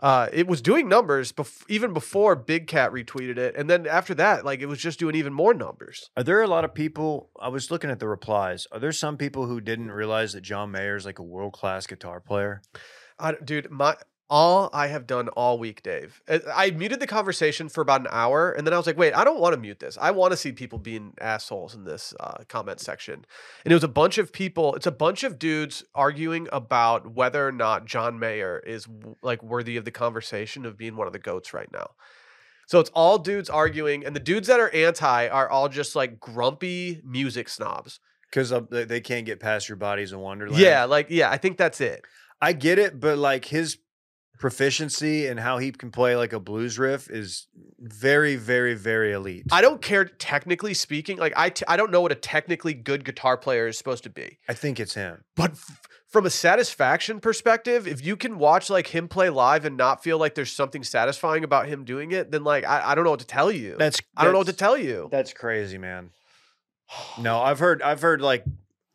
uh, it was doing numbers bef- even before Big Cat retweeted it, and then after that, like it was just doing even more numbers.
Are there a lot of people? I was looking at the replies. Are there some people who didn't realize that John Mayer is like a world class guitar player?
I, dude, my all I have done all week, Dave. I, I muted the conversation for about an hour, and then I was like, wait, I don't want to mute this. I want to see people being assholes in this uh, comment section. And it was a bunch of people. It's a bunch of dudes arguing about whether or not John Mayer is w- like worthy of the conversation of being one of the goats right now. So it's all dudes arguing, and the dudes that are anti are all just like grumpy music snobs.
Because they they can't get past your bodies in Wonderland.
Yeah, like yeah, I think that's it.
I get it, but like his proficiency and how he can play like a blues riff is very, very, very elite.
I don't care technically speaking. Like I, t- I don't know what a technically good guitar player is supposed to be.
I think it's him.
But f- from a satisfaction perspective, if you can watch like him play live and not feel like there's something satisfying about him doing it, then like I, I don't know what to tell you.
That's
I don't know what to
that's-
tell you.
That's crazy, man.
*sighs*
No, I've heard I've heard like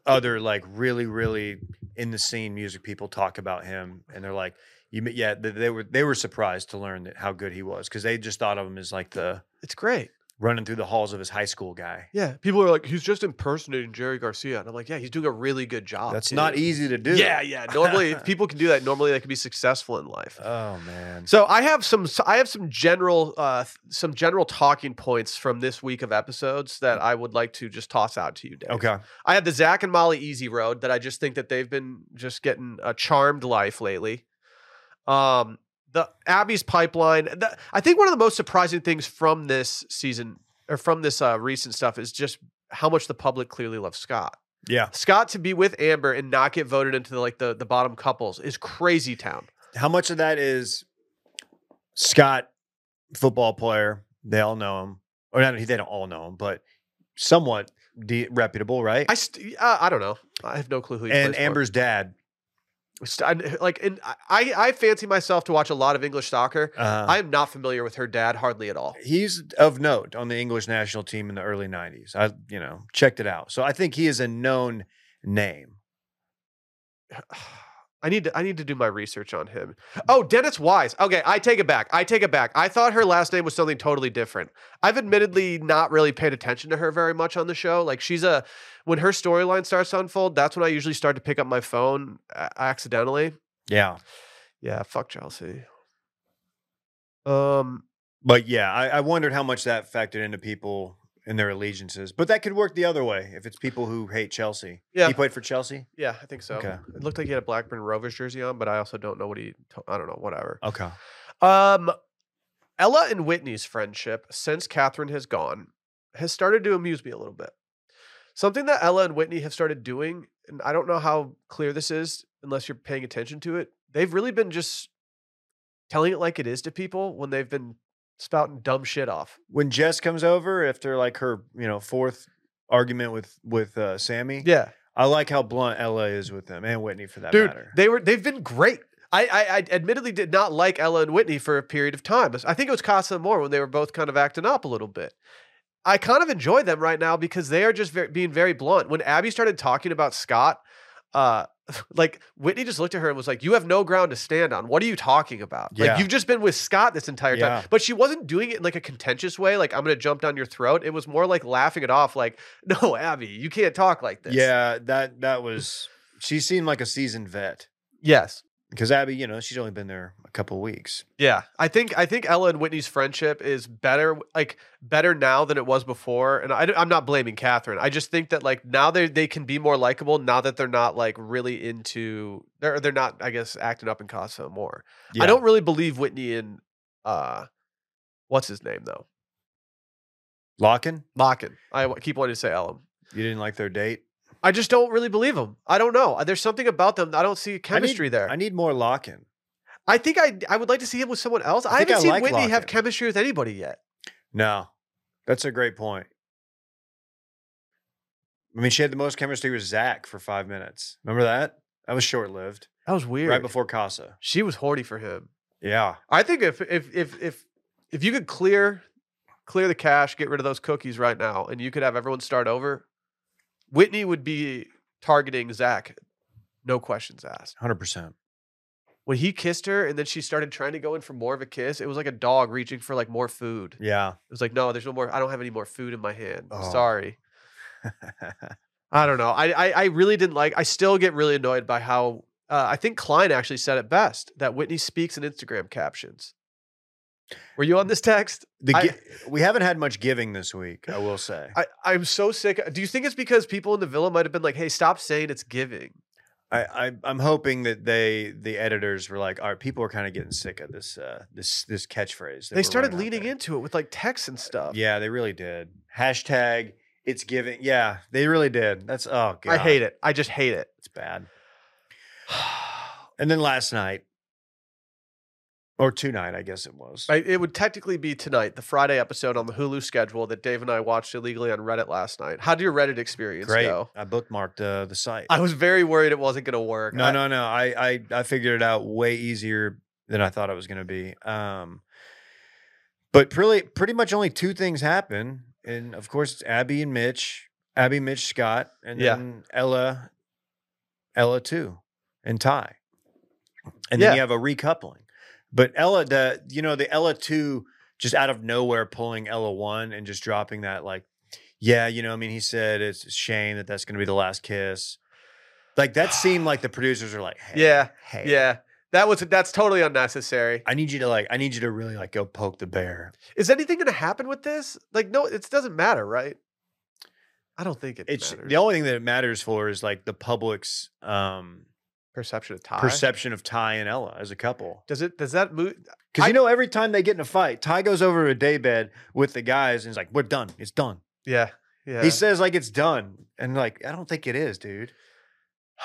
other like really really in the scene music people talk about him, and they're like, you m- yeah, they, they were they were surprised to learn that how good he was because they just thought of him as like the
It's great.
running through the halls of his high school guy.
Yeah, people are like, he's just impersonating Jerry Garcia, and I'm like, yeah, he's doing a really good job. Ah,
That's
dude."
not easy to do.
Yeah, yeah. Normally, if people can do that. Normally, they can be successful in life.
Oh man.
So I have some I have some general uh, th- some general talking points from this week of episodes that I would like to just toss out to you, Dave.
Okay.
I have the Zach and Molly Easy Road that I just think that they've been just getting a charmed life lately. Um, the Abby's Pipeline. The, I think one of the most surprising things from this season or from this uh, recent stuff is just how much the public clearly loves Scott.
Yeah.
Scott to be with Amber and not get voted into like the the bottom couples is crazy town.
How much of that is Scott, football player? They all know him, or not? They don't all know him, but somewhat de- reputable, right?
I st- uh, I don't know. I have no clue who. He
and
plays for.
Amber's dad.
St- I- like, and I I fancy myself to watch a lot of English soccer.
Uh,
I am not familiar with her dad hardly at all.
he's of note on the English national team in the early '90s. I, you know, checked it out. So I think he is a known name.
*sighs* I need to I need to do my research on him.
Hmm.
Oh, Dennis Wise. Okay, I take it back. I take it back. I thought her last name was something totally different. I've admittedly not really paid attention to her very much on the show. Like she's a when her storyline starts to unfold, that's when I usually start to pick up my phone uh, accidentally.
Yeah,
Yeah, fuck Chelsea. Um
but yeah, I, I wondered how much that factored into people and their allegiances. But that could work the other way if it's people who hate Chelsea.
Yeah.
he played for Chelsea.
Yeah, I think so.
Okay.
It looked like he had a Blackburn Rovers jersey on, but I also don't know what he. to- I don't know. Whatever.
Okay.
Um, Ella and Whitney's friendship since Catherine has gone has started to amuse me a little bit. Something that Ella and Whitney have started doing, and I don't know how clear this is unless you're paying attention to it. They've really been just telling it like it is to people when they've been spouting dumb shit off.
when Jess comes over after like her, you know, fourth argument with with uh, Sammy.
Yeah.
I like how blunt Ella is with them and Whitney for that
dude
matter.
they were they've been great I, I i admittedly did not like ella and whitney for a period of time i think it was casa and more when they were both kind of acting up a little bit i kind of enjoy them right now because they are just very, being very blunt when abby started talking about scott uh *laughs* like Whitney just looked at her and was like, "You have no ground to stand on. What are you talking about?
Yeah.
Like you've just been with Scott this entire
Yeah.
time." But she wasn't doing it in like a contentious way, like "I'm going to jump down your throat." It was more like laughing it off, like, *laughs* "No, Abby, you can't talk like this."
yeah, that that was. She seemed like a seasoned vet
Yes.
because Abby, you know, she's only been there a couple weeks.
Yeah, I think I think Ella and Whitney's friendship is better, like better now than it was before. And I, am not blaming Catherine. I just think that like now they they can be more likable now that they're not like really into they're they're not I guess acting up in Casa more.
Yeah.
I don't really believe Whitney and uh, what's his name though,
Lockin.
Locken. I w- keep wanting to say Ellen.
You didn't like their date.
I just don't really believe him. I don't know. There's something about them. I don't see chemistry there.
I need more Lockin.
I think I I would like to see him with someone else. I,
think
haven't
I
seen
like
Whitney have
Locken.
chemistry with anybody yet.
No, that's a great point. I mean, she had the most chemistry with Zach for five minutes. Remember that? That was short lived.
That was weird.
Right before Casa.
She was horny for him.
Yeah.
I think if if if if if you could clear clear the cache, get rid of those cookies right now, and you could have everyone start over, Whitney would be targeting Zach, no questions asked.
Hundred percent.
When he kissed her and then she started trying to go in for more of a kiss, it was like a dog reaching for like more food. It
Yeah.
was like, no, there's no more. I don't have any more food in my hand.
Oh. *laughs*
Sorry. I don't know. I, I I really didn't like. I still get really annoyed by how uh, I think Klein actually said it best that Whitney speaks in Instagram captions. Were
Mm.
you on this text?
the
I-
gi- we haven't had much giving this week. I will say.
*sighs* I, I'm so sick. Do you think it's because people in the villa might have been like, "Hey, stop saying it's giving"?
I, I I'm hoping that they the editors were like, all right, people are kind of getting sick of this uh this this catchphrase. that
they
we're
started
running out
leaning
there."
into it with like texts and stuff.
Yeah, they really did. Hashtag it's giving. Yeah, they really did. That's oh god,
I hate it. I just hate it.
It's bad. And then last night, or tonight, I guess it was.
I, it would technically be tonight, the Friday episode on the Hulu schedule that Dave and I watched illegally on Reddit last night. How did your Reddit experience
Great.
go?
I bookmarked uh, the site.
I was very worried it wasn't going to work.
No,
I-
no, no. I, I I figured it out way easier than I thought it was going to be. Um, but pretty pretty much only two things happen, and of course it's Abby and Mitch, Abby, Mitch, Scott, and
Yeah.
then Ella, Ella too, and Ty, and then
Yeah.
you have a recoupling. But Ella, the you know the Ella two just out of nowhere pulling Ella one and just dropping that like, yeah, you know, I mean, he said it's a shame that that's going to be the last kiss. Like that
*sighs*
seemed like the producers are like, hey,
Yeah,
hey,
Yeah, that was that's totally unnecessary.
I need you to like, I need you to really like go poke the bear.
Is anything going to happen with this? Like, no, it doesn't matter, right? I don't think it
It's
matters.
the only thing that it matters for is like the public's um
perception of tie.
perception of Ty and Ella as a couple.
does it? Does that move?
Because
I-
you know, every time they get in a fight, Ty goes over to daybed with the guys and he's like, "We're done. It's done."
Yeah, yeah.
He says like it's done, and like I don't think it is, dude.
*sighs*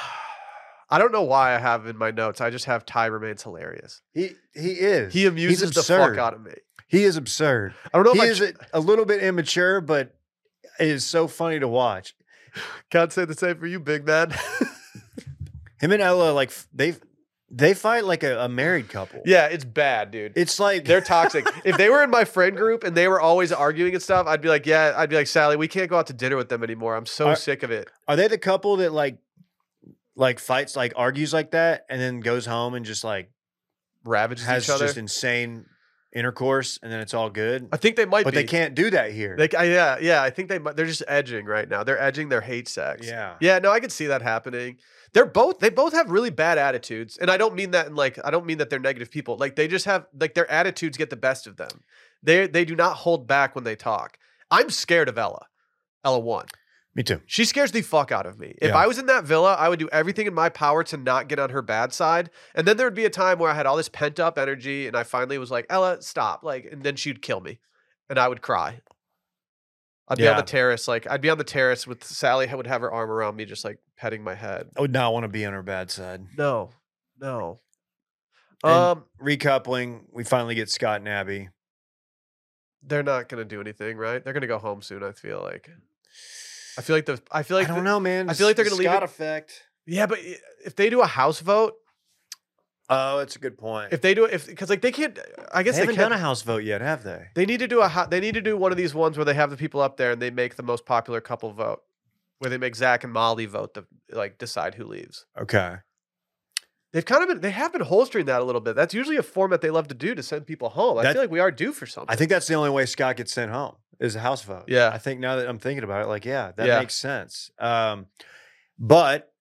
I don't know why I have in my notes. I just have Ty remains hilarious.
He he is.
He
He's
amuses the fuck
absurd.
out of me.
He is absurd.
I don't know
He
if I
is a, a little bit immature, but it is so funny to watch.
can't say the same for you, big man.
Him and Ella, like f- they they fight like a, a married couple.
*laughs* yeah, it's bad, dude.
it's like
They're
*laughs*
toxic. if they were in my friend group and they were always arguing and stuff, I'd be like, yeah, I'd be like, Sally, we can't go out to dinner with them anymore. I'm so
Are-
sick of it.
Are they the couple that like like fights like argues like that and then goes home and just like
Ravages
has
each other.
just insane intercourse and then it's all good?
I think they might
But
be.
they can't do that here.
They, I, yeah, yeah. I think they might. They're just edging right now. They're edging their hate sex.
yeah.
Yeah, no, I could see that happening. They're both they both have really bad attitudes, and I don't mean that in like I don't mean that they're negative people. Like they just have like their attitudes get the best of them. They they do not hold back when they talk. I'm scared of Ella. Ella one.
Me too.
She scares the fuck out of me. If
Yeah.
I was in that villa, I would do everything in my power to not get on her bad side. And then there would be a time where I had all this pent up energy, and I finally was like, Ella, stop! Like, and then she'd kill me, and I would cry. I'd be on
Yeah.
the terrace, like I'd be on the terrace with Sally. Would have her arm around me, just like petting my head.
Oh, I would not want to be on her bad side.
No, no.
And-
Um,
Recoupling, we finally get Scott and Abby.
they're not gonna do anything, right? They're gonna go home soon. I feel like. I feel like the. I feel like
I
the-
don't know, man.
I feel like they're
The
gonna leave
Scott
it-
effect.
Yeah, but i- if they do a house vote,
Oh, that's a good point.
if they do if because like they can't. I
they
guess they,
haven't
can't.
done a house vote yet, have they?
They need to do a ho- they need to do one of these ones where they have the people up there and they make the most popular couple vote, where they make Zach and Molly vote to like decide who leaves.
Okay.
They've kind of been they have been holstering that a little bit. That's usually a format they love to do to send people home. I
That-
feel like we are due for something.
I think that's the only way Scott gets sent home is a house vote.
Yeah.
I think now that I'm thinking about it, like, yeah, that
Yeah.
makes sense. Um, but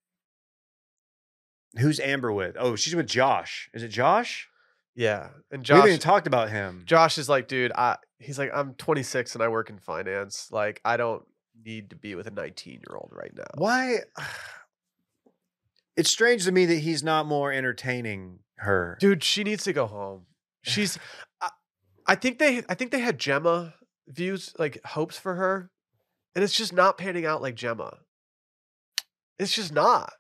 who's Amber with? Oh, she's with Josh. Is it Josh?
yeah, and
We
Josh
haven't even talked about him.
Josh is like, dude, I he's like, I'm 26 and I work in finance. Like, I don't need to be with a 19 year old right now.
Why? *sighs* It's strange to me that he's not more entertaining her.
dude she needs to go home she's I, I think they i think they had gemma views like hopes for her and it's just not panning out like gemma it's just not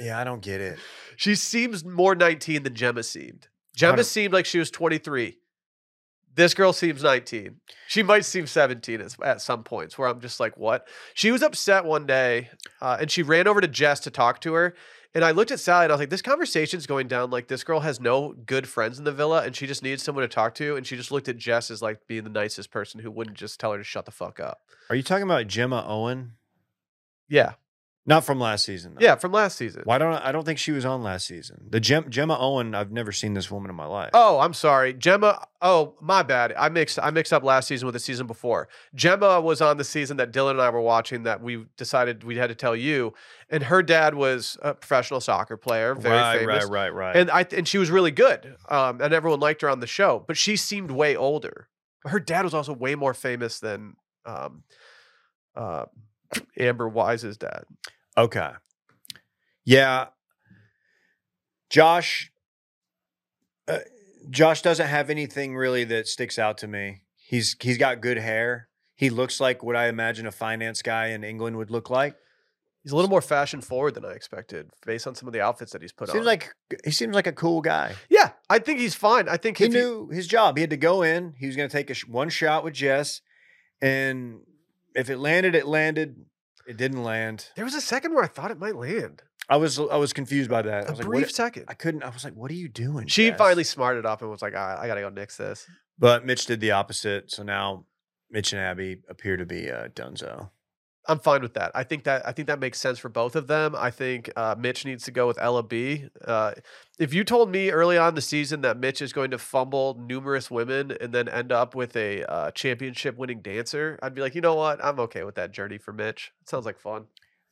Yeah, I don't get it.
she seems more 19 than gemma seemed gemma
don't-
seemed like she was 23 this girl seems 19 she might seem 17 at, at some points where i'm just like what she was upset one day uh, and she ran over to jess to talk to her and i looked at sally and i was like this conversation's going down like this girl has no good friends in the villa and she just needs someone to talk to and she just looked at jess as like being the nicest person who wouldn't just tell her to shut the fuck up
Are you talking about Gemma Owen?
yeah
Not from last season. though.
yeah from last season
Why don't I, I don't think she was on last season? The Gem, Gemma Owen, I've never seen this woman in my life.
Oh, I'm sorry, Gemma. Oh, my bad. I mixed I mixed up last season with the season before. Gemma was on the season that Dylan and I were watching that we decided we had to tell you, and her dad was a professional soccer player, very
right,
famous,
right, right, right.
and I th- and she was really good, um, and everyone liked her on the show. But she seemed way older. Her dad was also way more famous than um, uh, Amber Wise's dad.
okay. Yeah. Josh uh, Josh doesn't have anything really that sticks out to me. He's he's got good hair. He looks like what I imagine a finance guy in England would look like.
He's a little more fashion forward than I expected, based on some of the outfits that he's put
seems
on.
like he seems like a cool guy.
yeah, I think he's fine. I think
He
if
knew his job. He had to go in. He was going to take a sh- one shot with Jess, and if it landed, it landed. It didn't land.
There was a second where I thought it might land.
I was I was confused by that. I
A
was like,
brief
what?
second.
I couldn't. I was like, what are you doing?
She
Jess?
finally smarted up and was like, All right, I gotta go nix this.
But Mitch did the opposite. So now Mitch and Abby appear to be uh, Dunzo.
I'm fine with that. I think that I think that makes sense for both of them. I think uh, Mitch needs to go with Ella B. Uh, if you told me early on in the season that Mitch is going to fumble numerous women and then end up with a uh, championship winning dancer, I'd be like, you know what? I'm okay with that journey for Mitch. It sounds like fun.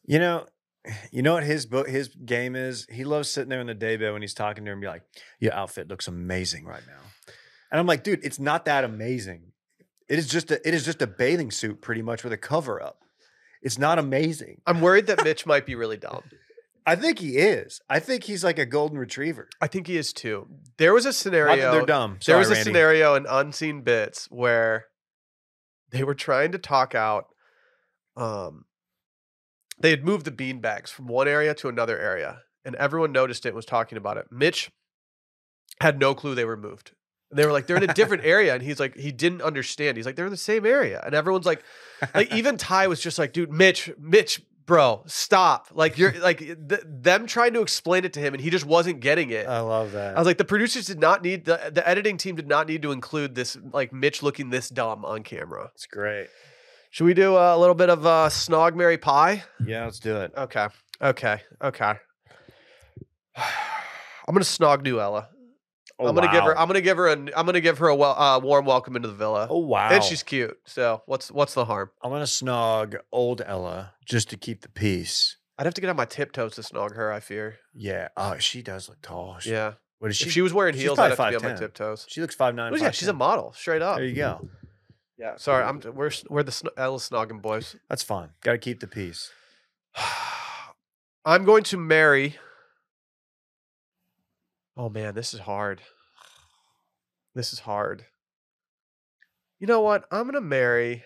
You know, *sighs* you know what his book, his game is. He loves sitting there in the daybed when he's talking to her and be like, "Your outfit looks amazing right now," and I'm like, "Dude, it's not that amazing. It is just a, it is just a bathing suit, pretty much with a cover up. It's not amazing.
I'm worried that Mitch might be really dumb.
I think he is. I think he's like a golden retriever.
I think he is too. There was a
Not that
scenario.
they're dumb.
there
Sorry,
was a
Randy.
scenario in unseen bits where they were trying to talk out um they had moved the bean bags from one area to another area and everyone noticed it and was talking about it mitch had no clue they were moved and they were like they're in a
*laughs*
different area and he's like he didn't understand he's like they're in the same area and everyone's like
*laughs*
like even ty was just like dude mitch mitch bro stop like you're like th- them trying to explain it to him and he just wasn't getting it
I love that.
I was like, the producers did not need the the editing team did not need to include this like Mitch looking this dumb on camera.
it's great.
Should we do a little bit of uh, snog Mary pie?
Yeah, let's do it.
Okay, okay, okay. *sighs* I'm gonna snog new Ella.
Oh,
I'm gonna give her.
wow.
I'm gonna give her. A, I'm gonna give her a wel- uh, warm welcome into the villa.
oh wow.
And she's cute. So what's what's the harm?
I'm gonna snog old Ella just to keep the peace.
I'd have to get on my tiptoes to snog her. I fear.
Yeah. Oh, she does look tall. She,
Yeah.
What is she?
if she was wearing
she's
heels, I'd have
probably
to be on my
5'10".
tiptoes.
she looks five nine.
Well, yeah, she's a model, straight up.
There you go.
Yeah. Sorry, I'm. We're we're the sn- Ella snogging boys.
That's fine. Got to keep the peace.
*sighs* I'm going to marry. Oh man, this is hard. This is hard. You know what? I'm gonna marry. I'm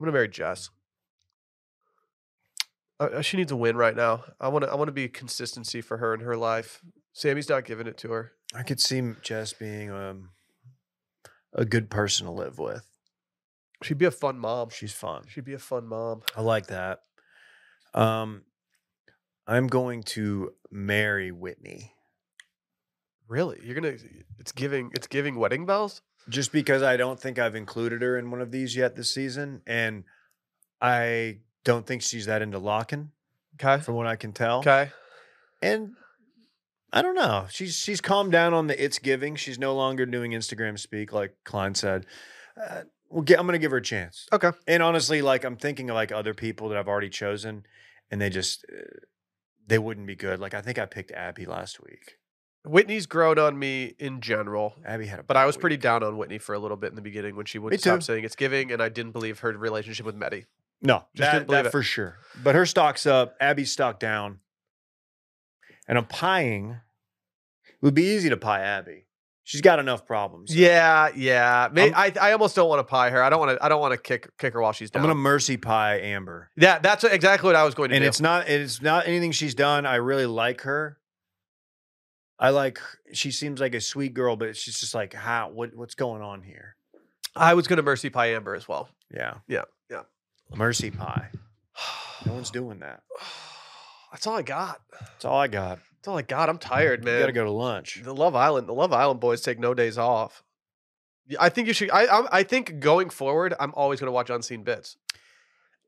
gonna marry Jess. Uh, uh, she needs a win right now. I want to. I want to be consistency for her in her life. Sammy's not giving it to her.
I could see m- Jess being um, a good person to live with.
She'd be a fun mom.
She's fun.
She'd be a fun mom.
I like that. Um, I'm going to marry Whitney
Really? You're gonna? It's giving. It's giving wedding bells.
just because I don't think I've included her in one of these yet this season, and I don't think she's that into locking,
Okay.
from what I can tell.
Okay.
and I don't know. She's she's calmed down on the it's giving. She's no longer doing Instagram speak like Klein said. Uh, we'll get, I'm going to give her a chance.
Okay.
And honestly, like I'm thinking of like other people that I've already chosen, and they just uh, they wouldn't be good. Like I think I picked Abby last week.
Whitney's grown on me in general,
Abby had a,
but I
bad
was pretty
week.
down on Whitney for a little bit in the beginning when she wouldn't
too.
stop saying it's giving, and I didn't believe her relationship with Meddy.
no,
Just didn't
that,
believe
that
it.
for sure. But her stock's up. Abby's stock down. And I'm pieing. It would be easy to pie Abby. She's got enough problems.
Yeah, yeah. May, I I almost don't want to pie her. I don't want to. I don't want to kick kick her while she's down.
I'm going to mercy pie Amber.
yeah, that's exactly what I was going to
and
do.
it's not it's not anything she's done i really like her i like she seems like a sweet girl but she's just like how what what's going on here
I was going to mercy pie Amber as well.
yeah
Yeah, yeah.
mercy pie no one's doing that
*sighs* That's all I got.
that's all i got
That's all I got. I'm tired, man.
you gotta go to lunch
The Love Island, the Love Island boys take no days off. Yeah, I think you should. I I, I think going forward, I'm always going to watch unseen bits.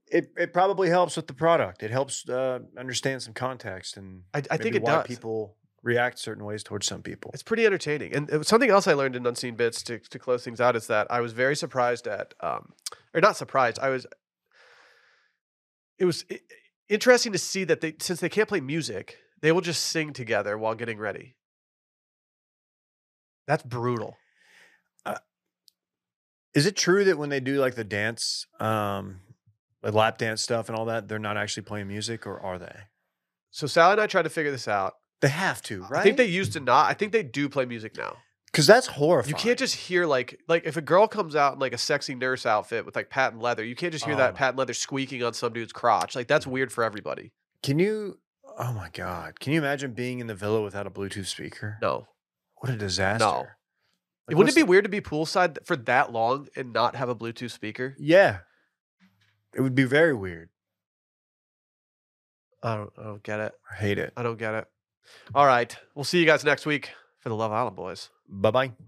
it, it probably helps with the product it helps uh, understand some context and
I, I think
maybe
it
why
does.
people react certain ways towards some people
It's pretty entertaining. And uh, something else I learned in Unseen Bits to, to close things out is that I was very surprised at, um, or not surprised, I was, it was i- interesting to see that they, since they can't play music, they will just sing together while getting ready. That's brutal.
is it true that when they do like the dance um like lap dance stuff and all that they're not actually playing music or are they
So Sally and I tried to figure this out.
they have to right
I think they used to not. I think they do play music now.
Because that's horrifying.
You can't just hear like like if a girl comes out in like a sexy nurse outfit with like patent leather, you can't just hear
Oh
that
my-
patent leather squeaking on some dude's crotch. Like that's weird for everybody.
Can you? Oh my god! Can you imagine being in the villa without a Bluetooth speaker?
No.
What a disaster! Like,
Wouldn't
what's
it be
the-
weird to be poolside th- for that long and not have a Bluetooth speaker?
Yeah, it would be very weird.
I don't, I don't get it.
I hate it.
I don't get it. All right. We'll see you guys next week for the Love Island Boys.
Bye bye.